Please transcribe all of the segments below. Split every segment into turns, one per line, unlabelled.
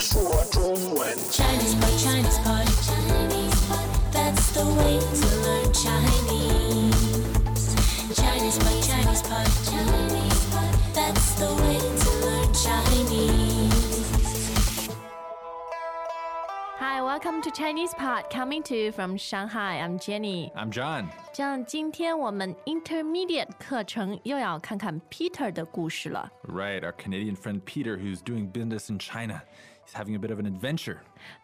说中文。
Chinese pot, Chinese pot, Chinese pot. That's the way to learn Chinese. Chinese pot, Chinese pot, Chinese pot. That's the way to learn Chinese.
Hi, welcome to Chinese Pod, coming to you from Shanghai. I'm Jenny.
I'm John。
这样，今天我们 Intermediate 课程又要看看 Peter 的故事了。
Right, our Canadian friend Peter, who's doing business in China. He's having a bit of an adventure.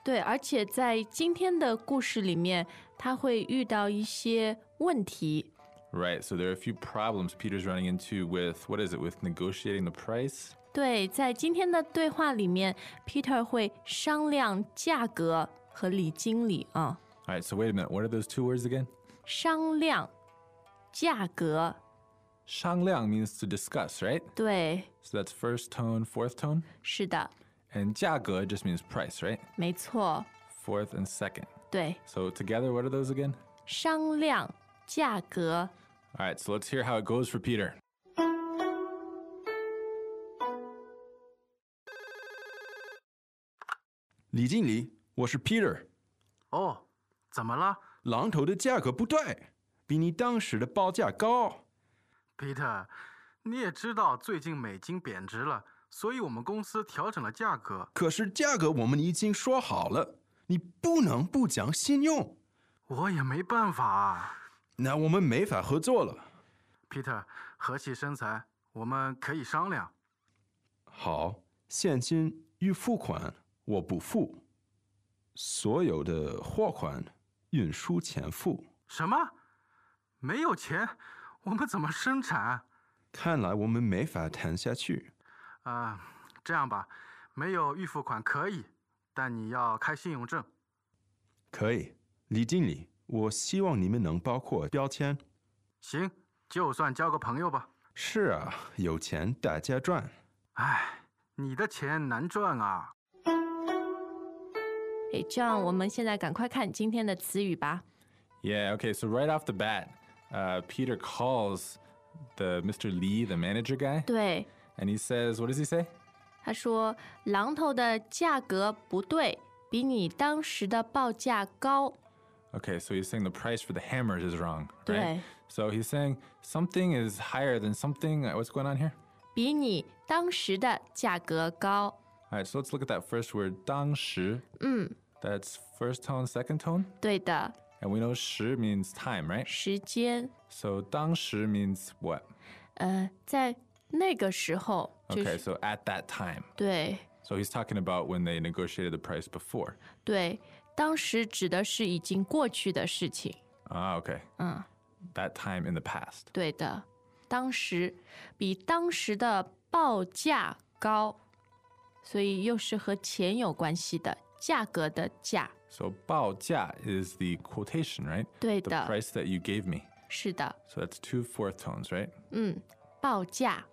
对，而且在今天的故事里面，他会遇到一些问题。
Right, so there are a few problems Peter's running into with, what is it, with negotiating the price?
对，在今天的对话里面，Peter 会商量价格和李经理啊、
All right, so wait a minute. What are those two words again?
商量价格。
Shangliang means to discuss, right?
对，
So that's first tone, fourth tone.
是的，
And 价格 just means price, right?
没错，
Fourth and second.
对，
So together, what are those again?
商量价格。
All right, so let's hear how it goes for Peter.
Peter，
哦，怎么了
榔头的价格不对，比你当时的报价高。
，Peter？你也知道最近美金贬值了，所以我们公司调整了价格。
可是价格我们已经说好了，你不能不讲信用，
我也没办法啊
那我们没法合作了。
，Peter。和气生财，我们可以商量。
好，现金预付款我不付，所有的货款运输前付。
什么？没有钱，我们怎么生产？啊、
看来我们没法谈下去。
呃这样吧，没有预付款可以，但你要开信用证。
可以，李经理，我希望你们能包括标签。
行，就算交个朋友吧。
是啊，有钱大家赚。
唉，你的钱难赚啊。
诶，这样我们现在赶快看今天的词语吧。
Yeah, okay, so right off the bat, uh, Peter calls the Mr. Lee, the manager guy,
对，
and he says, what does he say?
他说榔头的价格不对，比你当时的报价高。
Okay, so he's saying the price for the hammers is wrong,
Right.
right? So he's saying something is higher than something. Uh, What's going on here?
比你当时的价格高。
All right, so let's look at that first word, 当时. That's first tone, second tone.
对的，
And we know 时 means time, right?
时间，
So 当时 means what?
呃，在那个时候，就是
Okay, so at that time.
对
So he's talking about when they negotiated the price before.
对，当时指的是已经过去的事情。
Ah, okay.
Uh.
That time in the past.
对的，当时比当时的报价高，所以又是和钱有关系的，价格的价。
So 报价 is the quotation, right?
对
The
的，
price that you gave me.
是的，
So that's two fourth tones, right?
嗯，报价，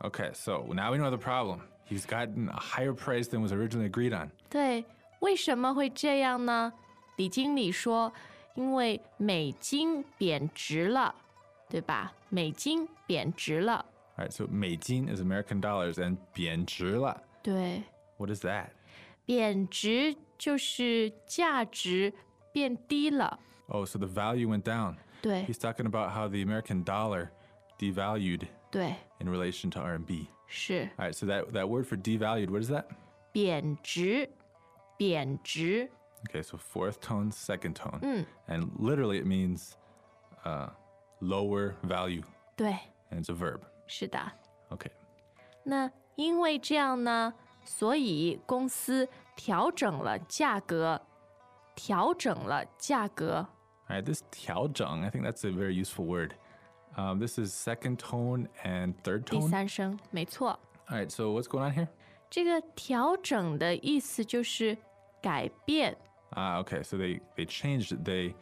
Okay, so now we know the problem. He's gotten a higher price than was originally agreed on.
对，为什么会这样呢？李经理说，因为美金贬值了，对吧？美金贬值了，
All right, so 美金 is American dollars and 贬值了.
对，
What is that?
贬值就是价值变低了，
Oh, so the value went down.
对
He's talking about how the American dollar devalued
对，
in relation to RMB.
是。
All right, so that, that word for devalued, what is that?
贬值，贬值，
Okay, so fourth tone, second tone. And literally it means uh, lower value,
对，
and it's a verb.
是的。
Okay.
那因为这样呢，所以公司调整了价格，调整了价格。
All right, this 调整, I think that's a very useful word. Um, this is second tone and third
第
tone.
三声，没错。
All right, so what's going on here?
这个调整的意思就是改变，
Ah, okay, so they, they changed it, they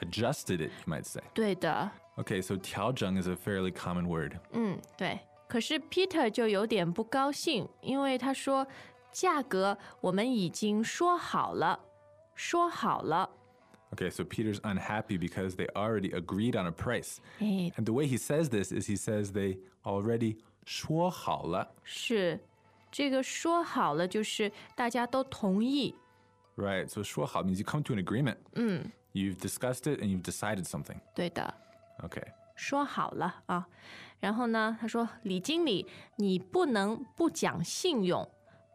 adjusted it, you might say.
对的，
Okay, so 调整 is a fairly common word.
嗯，对。可是 Peter 就有点不高兴，因为他说价格我们已经说好了，说好了，
Okay, so Peter's unhappy because they already agreed on a price.
哎，
And the way he says this is he says they already 说好了.
是，这个说好了就是大家都同意，
Right. So 说好 means you come to an agreement.
嗯，
You've discussed it and you've decided something.
对的，
Okay.
说好了啊。然后呢，他说李经理，你不能不讲信用，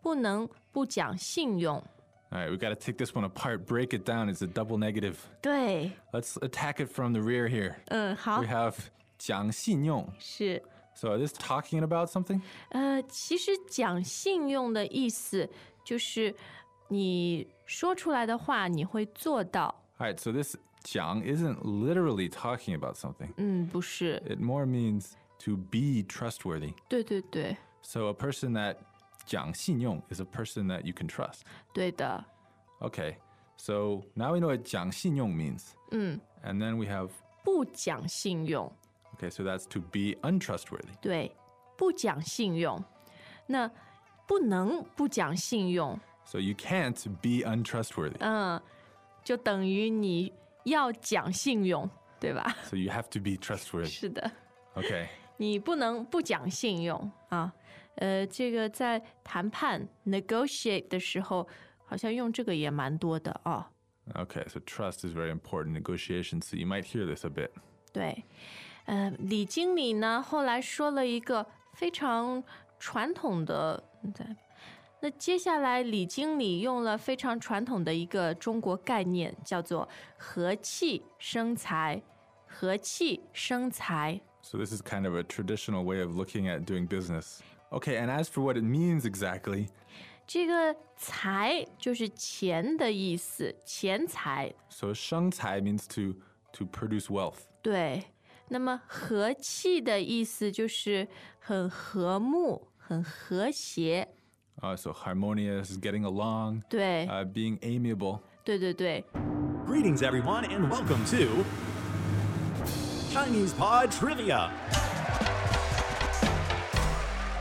不能不讲信用。
All right. We got to take this one apart, break it down. It's a double negative.
对，
Let's attack it from the rear here.
嗯，好
We，have 讲信用.
是。
So is this talking about something?
呃，其实讲信用的意思就是你说出来的话你会做到。
All right. So this 讲 isn't literally talking about something.
嗯，不是，
It more means to be trustworthy.
对对对，
So a person that 讲信用 is a person that you can trust.
对的，
Okay. So now we know what 讲信用 means.
嗯，
And then we have
不讲信用，
okay, so that's to be untrustworthy.
对，不讲信用，那不能不讲信用，
So you can't be untrustworthy.
嗯，就等于你要讲信用，对吧？
So you have to be trustworthy.
是的。
Okay.
你不能不讲信用啊。呃，这个在谈判 negotiate 的时候，好像用这个也蛮多的哦。
Okay. So trust is very important in negotiations. So you might hear this a bit.
对，呃，李经理呢后来说了一个非常传统的，嗯对那接下来李经理用了非常传统的一个中国概念，叫做和气生财，和气生财。
So this is kind of a traditional way of looking at doing business. Okay. And as for what it means exactly,
这个财就是钱的意思，钱财
so 生财 means to to produce wealth.
对，那么和气的意思就是很和睦、很和谐。
Uh, so harmonious, getting along,
对，
uh, being amiable.
对对对，
Greetings, everyone, and welcome to Chinese Pod Trivia.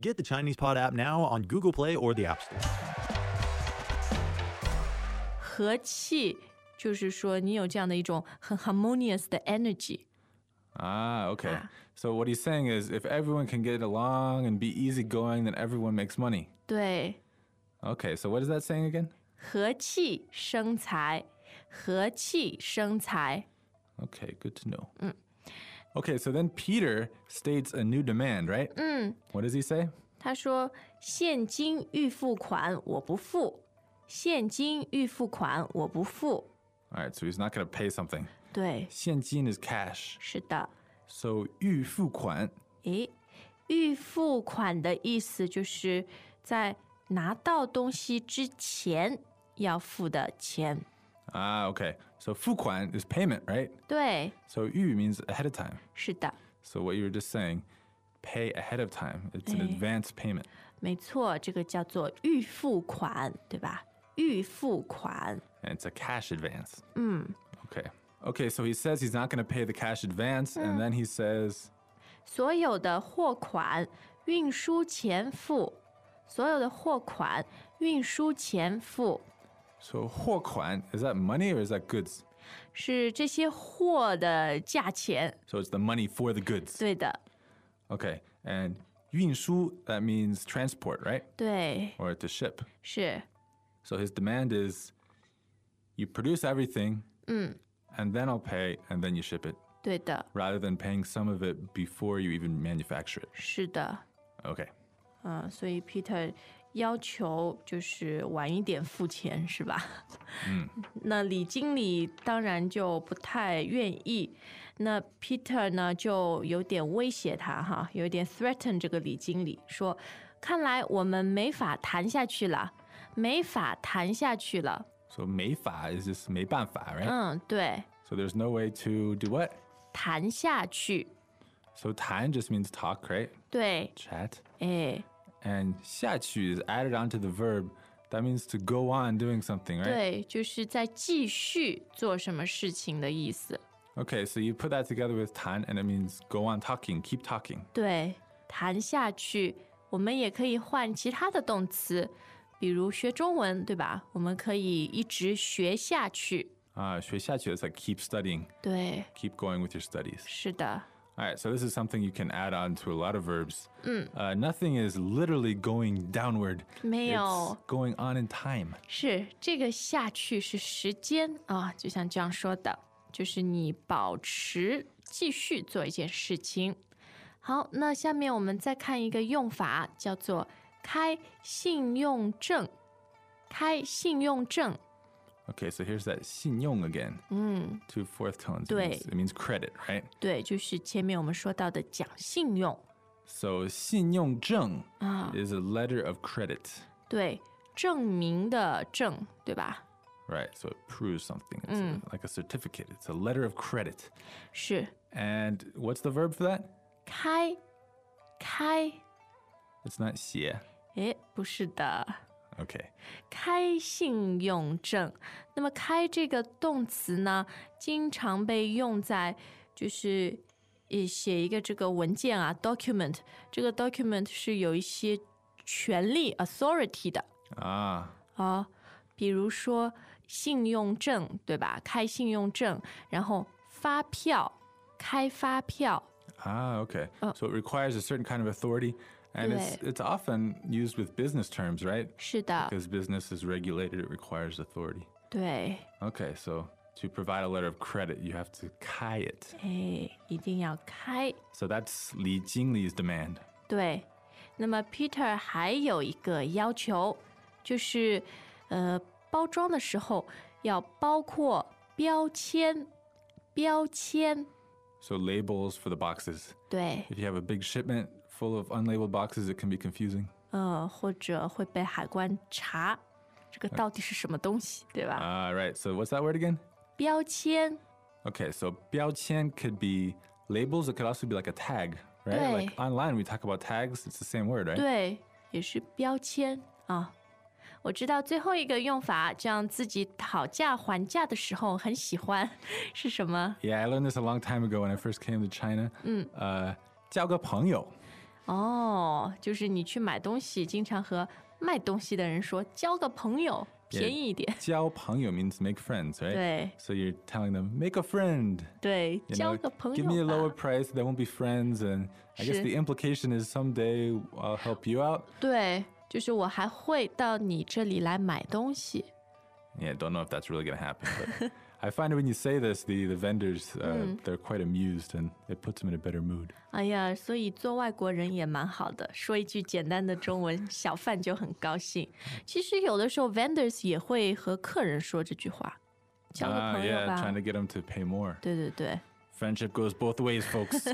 Get the Chinese Pod app now on Google Play or the App Store.
和气就是说你有这样的一种很 harmonious 的 energy。
Ah, okay.
Ah.
So what he's saying is if everyone can get along and be easygoing, then everyone makes money.
对，
Okay, so what is that saying again?
和气生财，和气生财。
Okay, good to know. Okay, so then Peter states a new demand, right?
Mm.
What does he say?
嗯他说：“现金预付款我不付，现金预付款我不付。
All right, so he's not going to pay something. ”
对，
现金 is cash.
是的。
So 预付款
诶，预付款的意思就是在拿到东西之前要付的钱。
Ah, okay. So 付款 is payment, right?
对，
So 预 means ahead of time.
是的，
So what you were just saying, pay ahead of time. It's an
Eh.
advance payment.
没错，这个叫做预付款，对吧？预付款，
and it's a cash advance. Okay. Okay, so he says he's not going to pay the cash advance, and then he says,
所有的货款运输前付，所有的货款运输前付。
so 货款, is that money or is that goods?
是这些货的价钱。
So it's the money for the goods.
对的，
Okay, and 运输, that means transport, right?
对，
Or to ship.
是
So his demand is, you produce everything, and then I'll pay, and then you ship it,
对的，
rather than paying some of it before you even manufacture it.
是的，
Okay.
嗯，所以 Peter 要求就是晚一点付钱，是吧？嗯， 那李经理当然就不太愿意，那 Peter 呢就有点威胁他哈，有点 threaten 这个李经理说，看来我们没法谈下去了，没法谈下去了。
So 没法 is just 没办法, right?
嗯，对，
So there's no way to do what?
谈下去，
So 谈 just means talk, right?
对，
Chat.
哎，
And 下去 is added onto the verb That means to go on doing something, right?
对，就是在继续做什么事情的意思。
Okay, so you put that together with tan, and it means go on talking, keep talking.
对，谈下去，我们也可以换其他的动词，比如学中文，对吧？我们可以一直学下去。
Uh, 学下去 is like keep studying,
对，
keep going with your studies.
是的，
All right, so this is something you can add on to a lot of verbs. Uh, nothing is literally going downward.
没
It's
有，
going on in time.
是这个下去是时间啊，就像这样说的，就是你保持继续做一件事情。好，那下面我们再看一个用法，叫做开信用证。开信用证，
Okay, so here's that 信用 again.
嗯，
Two fourth tones. It
对。
means, it means credit, right?
对，就是前面我们说到的讲信用
So 信用证
啊，
is a letter of credit,
对，证明的证，对吧？
right? So it proves something. It's a- like a certificate. It's a letter of credit.
是
And what's the verb for that?
开，开，
It's not 写.
诶，不是的，
Okay.
开信用证。那么“开”这个动词呢，经常被用在就是呃写一个这个文件啊，document。这个 document 是有一些权利 authority 的
Ah,
啊，比如说信用证，对吧？开信用证，然后发票，开发票，
ah, okay. So it requires a certain kind of authority, and it's
Right. Uh.
it's often used with business terms, right?
是的，
Because business is regulated, it requires authority.
对，
Okay, so to provide a letter of credit, you have to kai it.
哎，一定要开。
So that's Li Jingli's demand.
对，那么 Peter 还有一个要求，就是呃，包装的时候要包括标签，标签，
So labels for the boxes.
对，
If you have a big shipment full of unlabeled boxes, it can be confusing.
呃，或者会被海关查，这个到底是什么东西，对吧？
All Ah, right, so what's that word again?
标签，
Okay, so 标签 could be labels. It could also be like a tag, right? Like
Right.
online, we talk about tags. It's the same word, right?
对，也是标签啊。我知道最后一个用法，这样自己讨价还价的时候很喜欢，是什么？
Yeah, I learned this a long time ago when I first came to China.
Mm.
Uh, 交个朋友。
哦，就是你去买东西，经常和卖东西的人说交个朋友，便宜一点。
交朋友 means make friends, right?
对
So you're telling them, make a friend.
对，
You
交
know,
个朋
give me a
友
lower
吧。
price, they won't be friends. And I guess
是。
the implication is someday I'll help you out.
对，就是我还会到你这里来买东西。
Yeah, don't know if that's really gonna happen. But I find when you say this, the the vendors uh,
Mm.
they're quite amused and it puts them in a better mood.
哎呀，所以做外国人也蛮好的，说一句简单的中文，小贩就很高兴。其实有的时候 vendors 也会和客人说这句话，交个
Ah,
朋友
yeah,
吧
trying。to get them to pay more.
对对对。
Friendship goes both ways, folks.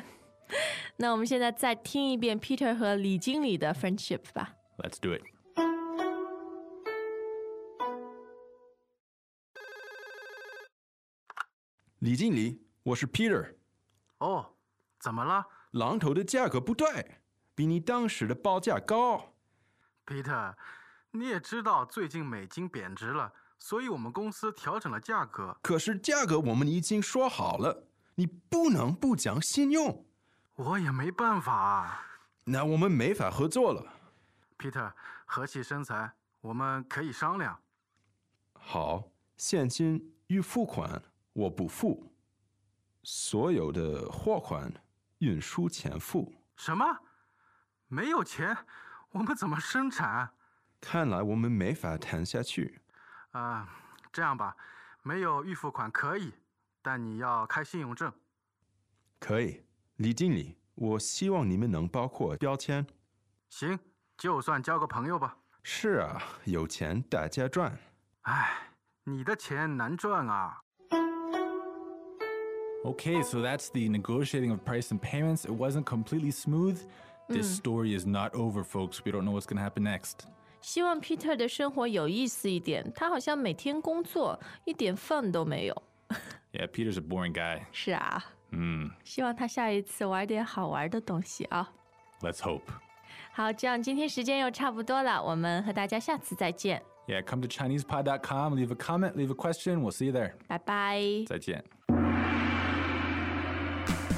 那我们现在再听一遍 Peter 和李经理的 friendship 吧。
Let's do it.
“李经理，我是 Peter。
哦，怎么了
榔头的价格不对，比你当时的报价高。
，Peter？你也知道最近美金贬值了，所以我们公司调整了价格。
可是价格我们已经说好了，你不能不讲信用。
我也没办法啊
那我们没法合作了。
，Peter。和气生财，我们可以商量。
好，现金预付款我不付，所有的货款运输前付。
什么？没有钱，我们怎么生产啊？
看来我们没法谈下去。
啊，这样吧，没有预付款可以，但你要开信用证。
可以，李经理，我希望你们能包括标签。
行，就算交个朋友吧。
是啊，有钱大家赚。
唉，你的钱难赚啊。
Okay, so that's the negotiating of price and payments. It wasn't completely smooth. This story is not over, folks. We don't know what's gonna happen next.
希望 Peter 的生活有意思一点，他好像每天工作，一点 fun 都没有。
Yeah, Peter's a boring guy.
是啊，
Hmm.
希望他下一次玩点好玩的东西啊。
Let's hope.
好，这样今天时间又差不多了，我们和大家下次再见，
Yeah, come to ChinesePod.com, leave a comment, leave a question. We'll see you there.
拜拜。
再见.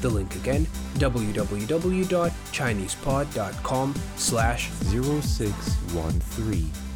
The link again, www.chinesepod.com slash
0613.